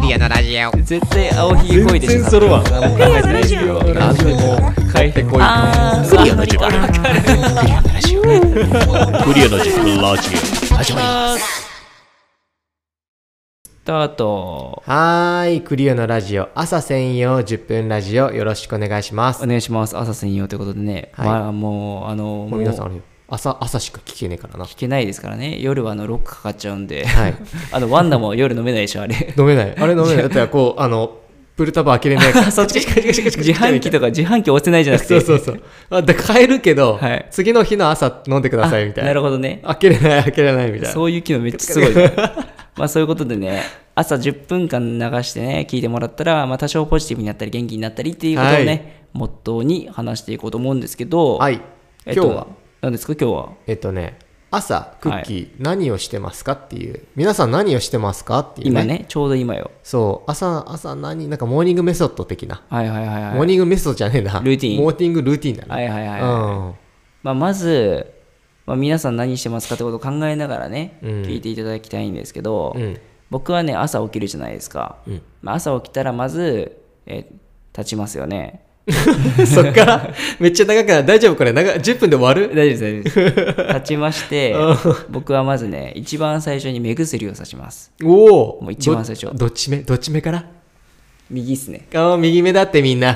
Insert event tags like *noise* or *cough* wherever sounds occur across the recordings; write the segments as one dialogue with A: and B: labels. A: リアのラジオ
B: 絶対青ひげこいでしょ
C: 全然揃わん
B: 何も考えてないですけど
C: ラジオ変えてこい
B: あー
D: クリアの時間
B: わかる
D: クリアの時間ラジオ始まります
B: スタート
E: はーい、クリオのラジオ、朝専用10分ラジオ、よろしくお願いします。
B: お願いします朝専用ということでね、
E: はい
B: まあもうあの
E: もう皆さん
B: も
E: あれよ、朝、朝しか聞けねえからな。
B: 聞けないですからね夜はあのロックかかっちゃうんで、
E: はい
B: あのワンダも夜飲めないでしょ
E: *laughs*
B: あれ
E: 飲めない。あれ飲めない。だったらこう、あの、プルタブ開けれないから。
B: そっち *laughs* 自販機とか自販機押せないじゃなく
E: そ
B: て
E: うそうそう。あだから買えるけど、
B: はい
E: 次の日の朝飲んでくださいみたいな。
B: なるほどね
E: 開けれない、開けれないみたいな。
B: そういう機能めっちゃすごい *laughs* ねまあそういうことでね朝10分間流してね聞いてもらったら、まあ、多少ポジティブになったり元気になったりっていうことをね、
E: はい
B: モットーに話していこうと思うんですけど、
E: はい。
B: え
E: 今
B: っ
E: 日
B: と、
E: は、
B: 何ですか今日は
E: えっとね、朝、クッキー、何をしてますかっていう、皆さん何をしてますかっていう、
B: 今。ねちょうど今よ
E: そう、朝、朝何、なんかモーニングメソッド的な。
B: はいはいはい
E: モー
B: はい
E: ニングメソッドじゃねえな。
B: ルーティン
E: モーティングルーティンだね。
B: はいはいはい、
E: うん。
B: まあ、まず、まあ、皆さん何してますかってことを考えながらね、
E: うん
B: 聞いていただきたいんですけど、
E: うん
B: 僕はね朝起きるじゃないですか、
E: うん
B: まあ、朝起きたらまず、え立ちますよね
E: *laughs* そっから、めっちゃ長くない大丈夫これ長い、10分で終わ
B: 大
E: る
B: 丈夫です大丈夫です
E: *laughs*
B: 立ちまして僕はまずね一番最初に目薬をさします
E: おお
B: もう一番最初
E: どどっち目どっち目から
B: 右っすね
E: あー右目だってみ
B: *laughs*
E: んな。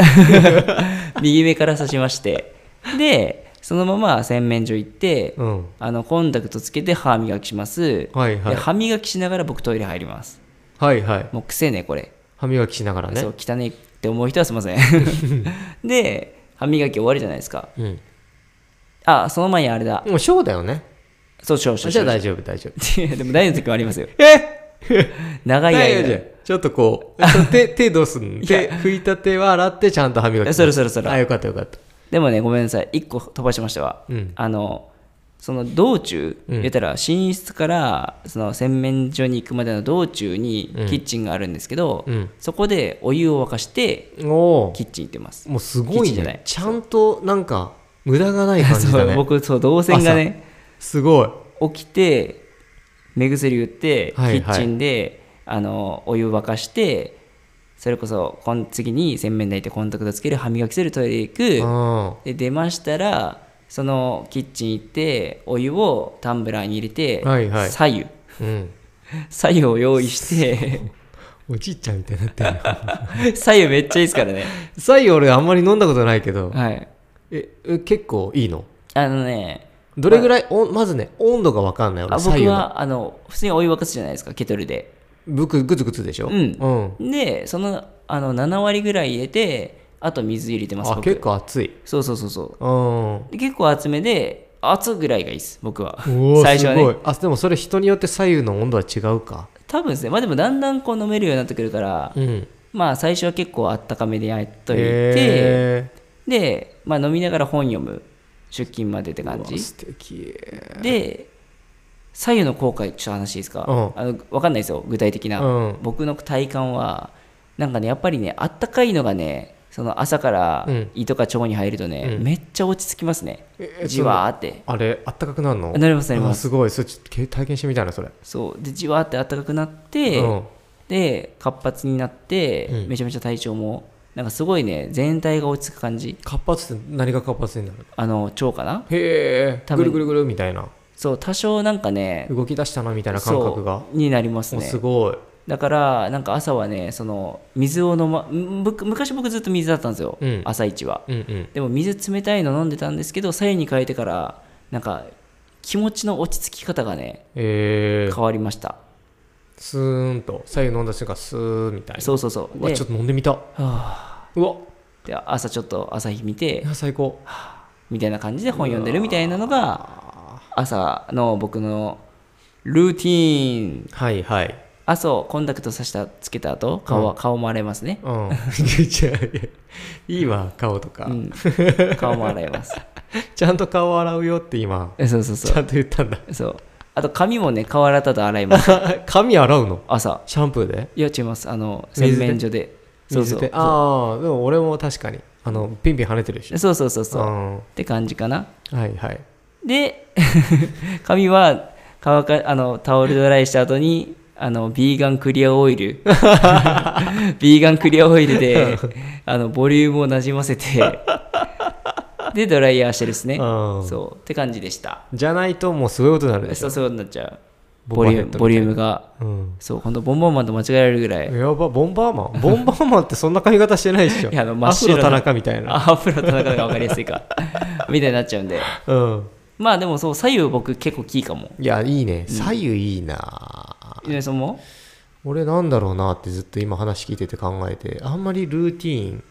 B: 右目からさしましてでそのまま洗面所行って、
E: うん。
B: あのコンタクトつけて歯磨きします、
E: はいはい
B: で歯磨きしながら僕トイレ入ります
E: はいはい。
B: もう癖ねこれ
E: 歯磨きしながらね。
B: そう汚いって思う人はすいま
E: *laughs*
B: せんで歯磨き終わりじゃないですか
E: うん。
B: あその前にあれだ
E: もうショーだよね。
B: そうしようしよう
E: じゃあ大丈夫大丈夫。
B: い *laughs* やでも大の時もありますよ
E: え
B: 長い
E: 大丈夫
B: 間
E: じゃんちょっとこう、そ *laughs* の手、手どうすんの手、拭いた手は洗ってちゃんと歯磨き。
B: そろそろそろ
E: あ、よかったよかった。
B: でもねごめんなさい1個飛ばしましたわ、
E: うん
B: あのその道中、
E: うん
B: 言ったら寝室からその洗面所に行くまでの道中に
E: うん
B: キッチンがあるんですけど、
E: うん
B: そこでお湯を沸かして
E: おお
B: キッチン行ってます
E: もうすご
B: キッチ
E: い
B: ンじゃない
E: ね。ちゃんと、なんか、無駄がない感じ
B: そ
E: だ
B: う
E: ね。
B: 僕そう動線がね
E: すごい。
B: 起きて目薬打って、
E: はいはい
B: キッチンであのお湯沸かしてそれこそこん次に洗面台行ってコンタクトつける歯磨きするトイレ行
E: う
B: く
E: ん。
B: で出ましたらそのキッチン行ってお湯をタンブラーに入れて、
E: はいはい
B: 左右
E: うん。
B: 左右を用意して
E: おじいちゃんみたいになってるよ。
B: 左右めっちゃいいですからね
E: *laughs* サイ俺あんまり飲んだことないけど、
B: はい
E: ええ結構いいの
B: あのね
E: どれぐらい、おまずね温度が分かんない
B: あ
E: 俺左
B: 僕
E: 右の
B: はあの普通にお湯沸かすじゃないですかケトルで
E: グクグツグツでしょ
B: うん
E: うん、
B: でそのあの7割ぐらい入れてあと水入れてます
E: あ
B: 僕
E: 結構熱い
B: そうそうそうそう
E: うんお
B: で結構厚めで熱ぐらいがいいです僕は
E: ー
B: 最初は
E: すごい
B: ね
E: あでもそれ人によって左右の温度は違うか
B: 多分ですねまあでもだんだんこう飲めるようになってくるから、
E: うん
B: まあ最初は結構あったかめでやっといて、
E: へ
B: で、まあ、飲みながら本読む出勤までって感
E: ー、
B: じ
E: 素敵
B: で左右の後悔ちょっと話いいですか、
E: うん
B: あの分かんないですよ具体的な、
E: うん
B: 僕の体感はなんかねやっぱりねあったかいのがねその朝から
E: うん
B: 胃とか腸に入るとね、
E: うん
B: めっちゃ落ち着きますね、
E: え
B: じわーって
E: あれあったかくなるの
B: なりますなります
E: あすごいそれちょっとけ体験してみたいなそれ
B: そうでじわーって暖かくなって、
E: うん
B: で活発になって、
E: うん
B: めちゃめちゃ体調もなんかすごいね全体が落ち着く感じ
E: 活発って何が活発になる
B: あの腸かな
E: へえ
B: 多
E: ぐ
B: 分
E: るぐるぐるみたいな
B: そう多少なんかね
E: 動き出したなみたいな感覚が
B: そうになります
E: お
B: ね
E: すごい
B: だからなんか朝はねその水を飲まんむ昔僕ずっと水だったんですよ、
E: うん
B: 朝一は
E: うんうん
B: でも水冷たいの飲んでたんですけど左右に変えてからなんか気持ちの落ち着き方がね
E: え
B: 変
E: ー、
B: わりました
E: スーンと左右飲んだ瞬間スーみたいな
B: そうそうそうう
E: わ
B: で
E: ちょっと飲んでみた
B: は
E: うわ
B: ぁで朝ちょっと朝日見
E: い
B: て
E: や最高
B: みたいな感じで本読んでるみたいなのが朝の僕のルーティーン
E: はいはい
B: あそうコンタクトさしたつけた後顔は、顔も洗いますね、
E: うんい
B: *laughs*
E: やいやいいわ顔とか、 *laughs*
B: うん、顔も洗います
E: ちゃんと顔洗うよって今
B: えそうそう
E: ち
B: そ
E: ゃんと言ったんだ *laughs*
B: うそうあと髪もね顔洗ったと洗います
E: 髪洗うの
B: 朝
E: シャンプーで
B: いや違いますあの洗
E: 水で
B: 面所でそう
E: 水
B: そう
E: でああでも俺も確かにあのピンピン跳ねてるし
B: そうそうそうそう
E: う
B: っ
E: んは
B: て感じかない
E: はい
B: *laughs* で髪は乾かあのタオルドライした後にあのビーガンクリアオ
E: *laughs*
B: イルビーガンクリアオイルであのボリュームをなじませてでドライヤーしてですね
E: うん
B: そうって感じでした
E: じゃないともうすごいことになるでし
B: そ
E: ょ
B: うそうなっちゃう
E: ボ
B: ボ
E: ンバ
B: リ
E: ーヘ
B: ュー
E: ッドみたいな
B: ムボリュームが
E: うん
B: そうほんとボンボンマンと間違えられるぐらい
E: やばボンバーマンボンバーマンってそんな髪型してないでしょ
B: いやあの真
E: ア
B: っ
E: フ
B: 白
E: ロ田
B: な
E: 中みたいな
B: アフロ田中が分かりやすいか *laughs* みたいになっちゃうんで
E: うん
B: まあでもそう左右僕結構キーかも
E: いやいいね左右いいな、
B: 井上さんも
E: 俺なんだろうなってずっと今話聞いてて考えてあんまりルーティーン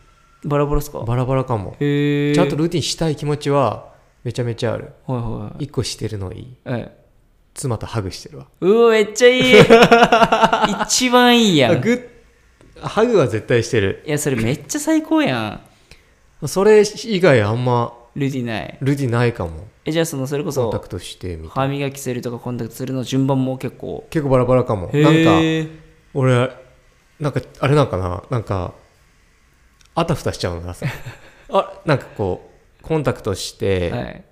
B: バラバラっすか
E: バラバラかも
B: へえ
E: ちゃんとルーティンしたい気持ちはめちゃめちゃある
B: はいはい
E: 一個してるのいい
B: はいはい
E: 妻とハグしてるわ
B: うおめっちゃいい
E: *laughs*
B: 一番いいや
E: あ
B: んい
E: グッハグは絶対してる
B: やそれめっちゃ最高や
E: それ以外あんま
B: んルディない
E: ルーティンないかも
B: えじゃあそのそれこ
E: コンタ
B: そ
E: クトしてみたいな
B: 歯磨きするとかコンタクトするの順番も結構
E: 結構バラバラかもなんか
B: へえ
E: 俺なんかあれなんかななんかあたふたしちゃうの
B: *laughs*
E: なさあなんかこうコンタクトして、
B: はい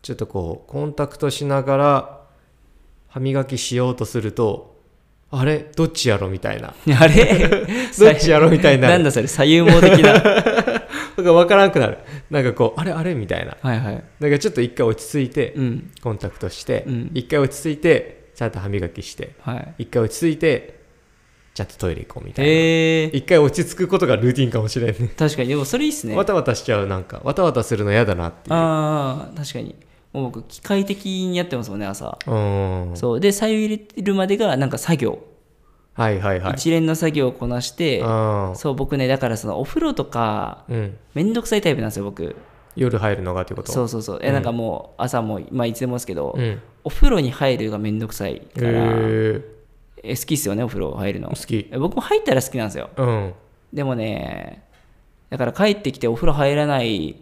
E: ちょっとこうコンタクトしながら歯磨きしようとするとあれどっちやろみたい
B: *laughs*
E: な
B: あれ
E: どっちやろみたいにな
B: な
E: る
B: んだそれ左右盲的な
E: なんか分からんくなるなんかこうあれあれみたいな
B: はいはい
E: だからちょっと一回落ち着いて、
B: うん
E: コンタクトして
B: うん
E: 一、回落ち着いてちゃんと歯磨きして
B: はい
E: 一回落ち着いてちゃんとトイレ行こうみたいな
B: へえ
E: 一回落ち着くことがルーティンかもしれんね
B: 確かにでもそれいいっすね
E: わたわたしちゃうなんかわたわたするの嫌だなっていう
B: ああ確かにもう僕機械的にやってますもんね朝、
E: うーん
B: そうで左右入れるまでがなんか作業、
E: はいはいはい
B: 一連の作業をこなして
E: あー
B: そう僕ねだからそのお風呂とか
E: うん
B: めんどくさいタイプなんですよ僕
E: 夜入るのがってこと
B: そうそうそうえ、なんかもう朝もまあいつでもですけど、
E: うん
B: お風呂に入るがめんどくさい
E: へ
B: から、
E: ー
B: え好きっすよねお風呂入るの
E: 好き
B: え僕も入ったら好きなんですよ
E: うん
B: でもねだから帰ってきてお風呂入らない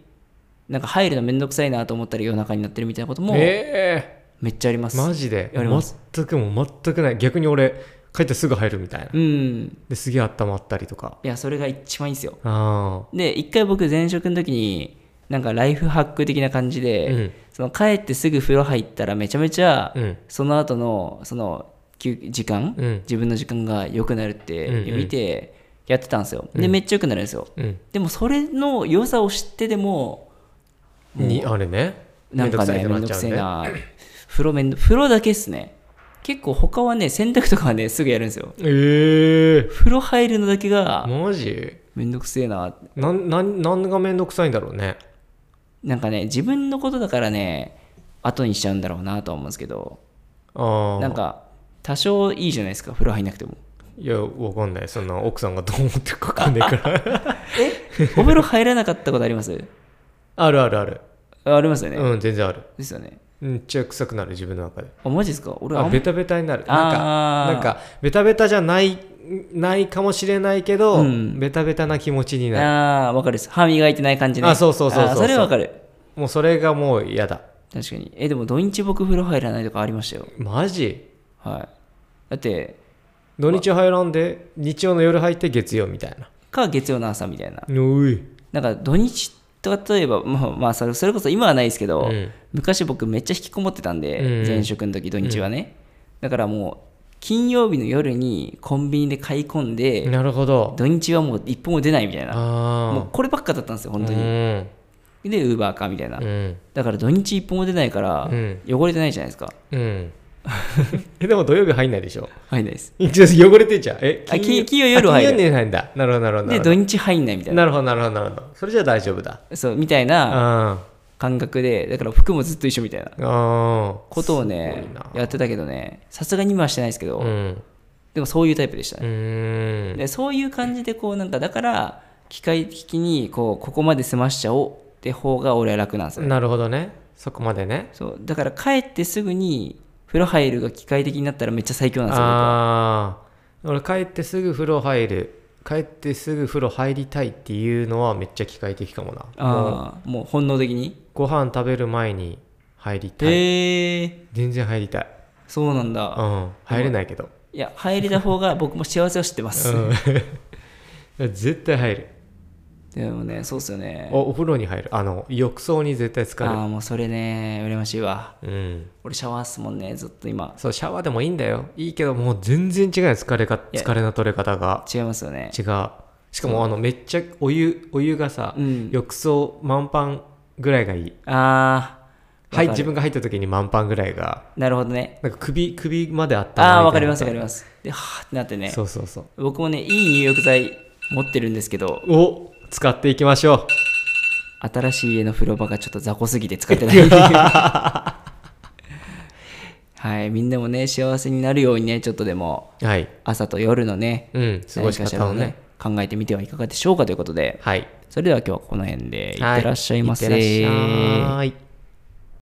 B: なんか入るのめんどくさいなと思ったら夜中になってるみたいなこともめ
E: え
B: っちゃありま
E: ー
B: す、
E: マジで
B: やります
E: 全くもう全くない逆に俺帰ってすぐ入るみたいな
B: うん
E: ですげえ温まったりとか
B: いやそれが一番いいっすよ
E: あ
B: で一回僕前職の時になんかライフハック的な感じで、
E: うん
B: その帰ってすぐ風呂入ったらめちゃめちゃ、
E: うん
B: その後のその休時間、
E: うん
B: 自分の時間が良くなるって
E: うんうん
B: 見てやってたんですよ、でめっちゃ良くなるんですよ
E: ーうん
B: でもそれの良さを知ってでも
E: にあれね
B: なんかね
E: め
B: め
E: んど
B: ん
E: く
B: ど
E: さ
B: く
E: いっ
B: せ
E: て
B: え
E: なっ
B: な風呂めんど風呂だけっすね結構他はね洗濯とかはねすぐやるんですよ
E: ちゃうねえ
B: 風呂入るのだけ
E: ー
B: が
E: マジ
B: めんどくせえなって
E: なんなんなんがめんどくさいんだろうね
B: なんかね自分のことだからね後にしちゃうんだろうなとは思うんですけど
E: ああ
B: なんか多少いいじゃないですか風呂入んなくても
E: いや、わかんない。そんな奥さんがどう思ってるかわかんない
B: *laughs*
E: から。
B: お風呂入らなかったことあります
E: あるあるある。
B: あありますよ
E: *laughs*
B: ね、
E: うん、全然ある。
B: ですよね
E: めっちゃ臭くなる、自分の中で。
B: あマジですか俺あん
E: あ、
B: ま
E: ベタベタになる。なんか、
B: あー
E: なんか、ベタベタじゃない、ないかもしれないけど、
B: うん
E: ベタベタな気持ちになる。
B: ああ分かるです歯磨いてない感じね
E: あそうそうそうそう
B: あーそれは分かる
E: もうそれがもう嫌だ。
B: 確かにえでも土日僕風呂入らないとかありましたよ
E: マジ
B: はいだって
E: 土日入らんで、日曜の夜入って月曜みたいな。
B: か月曜の朝みたいな
E: おい。
B: なんか土日と例えばまあ、まあ、それそれこそ今はないですけど、
E: うん
B: 昔僕めっちゃ引きこもってたんで、
E: うん
B: 前職の時土日はね、だからもう金曜日の夜にコンビニで買い込んで、
E: なるほど。
B: 土日はもう一歩も出ないみたいなもう
E: ああ。
B: こればっかだったんですよ本当
E: う
B: に、
E: ん。
B: でウーバーかみたいな、
E: うん。
B: だから土日一歩も出ないから、
E: うん
B: 汚れてないじゃないですか
E: うん。え、でも土曜日入んないでしょ
B: 入んないです
E: 一応汚れてんじゃん。え、
B: あ金金曜夜入る
E: あ金曜に入るんだ。なるほど、なるほど。
B: で土日入んないみたいな
E: なるほど、なるほど、なるほど。それじゃ大丈夫だ。
B: そうみたいな
E: あ
B: 感覚でだから服もずっと一緒みたいな
E: あ。あ
B: ことを
E: す
B: ね
E: ごいな
B: やってたけどねさすがに今はしてないですけど、
E: あ。うん。
B: でもそういうタイプでした
E: う
B: ね、
E: ーん。
B: でそういう感じでこうなんかだから機械的にこうここまで済ましちゃおうって方が俺は楽なんですよ、
E: なるほどね。そこまでね。
B: そうだから帰ってすぐに風呂入るが機械的になったらめっちゃ最強なんですよ僕は
E: ああ。俺、帰ってすぐ風呂入る。帰ってすぐ風呂入りたいっていうのはめっちゃ機械的かもな。もう
B: ああもう本能的に
E: ご飯食べる前に入りたい。
B: へえ
E: 全然入りたい。
B: そうなん
E: う
B: だ
E: ん。入れないけど。
B: いや入れた方が僕も幸せを知ってます、
E: うん絶対入る。
B: でもねそうっすよね
E: おお風呂に入るあの浴槽に絶対
B: あ
E: 疲
B: あもうそれね羨ましいわ
E: れるうん
B: 俺シャワーっすもんねずっと今
E: そうシャワーでもいいんだよいいけどもう全然違うよ疲れか
B: いや
E: 疲れの取れ方が
B: 違いますよね
E: 違うしかもあのめっちゃお湯お湯がさ、
B: うん
E: 浴槽満帆ぐらいがいい
B: ああ
E: はい自分が入った時に満帆ぐらいが
B: なるほどね
E: なんか首首まであった
B: ああわかりますわかり
E: ま
B: ますではあってなってね
E: そうそうそう
B: 僕もねいい入浴剤持ってるんですけど
E: お使っていきましょ
B: 新しい家の風呂場がちょっと雑魚すぎて使ってない *laughs* はいみんなもね幸せになるようにねちょっとでも
E: うはい
B: 朝と夜のね
E: うん過ごし
B: 何かしら
E: 方を
B: の
E: ね
B: ね考えてみてはいかがでしょうかということで
E: はい
B: それでは今日はこの辺でい
E: は
B: ってらっしゃいませ、
E: いってらっしゃい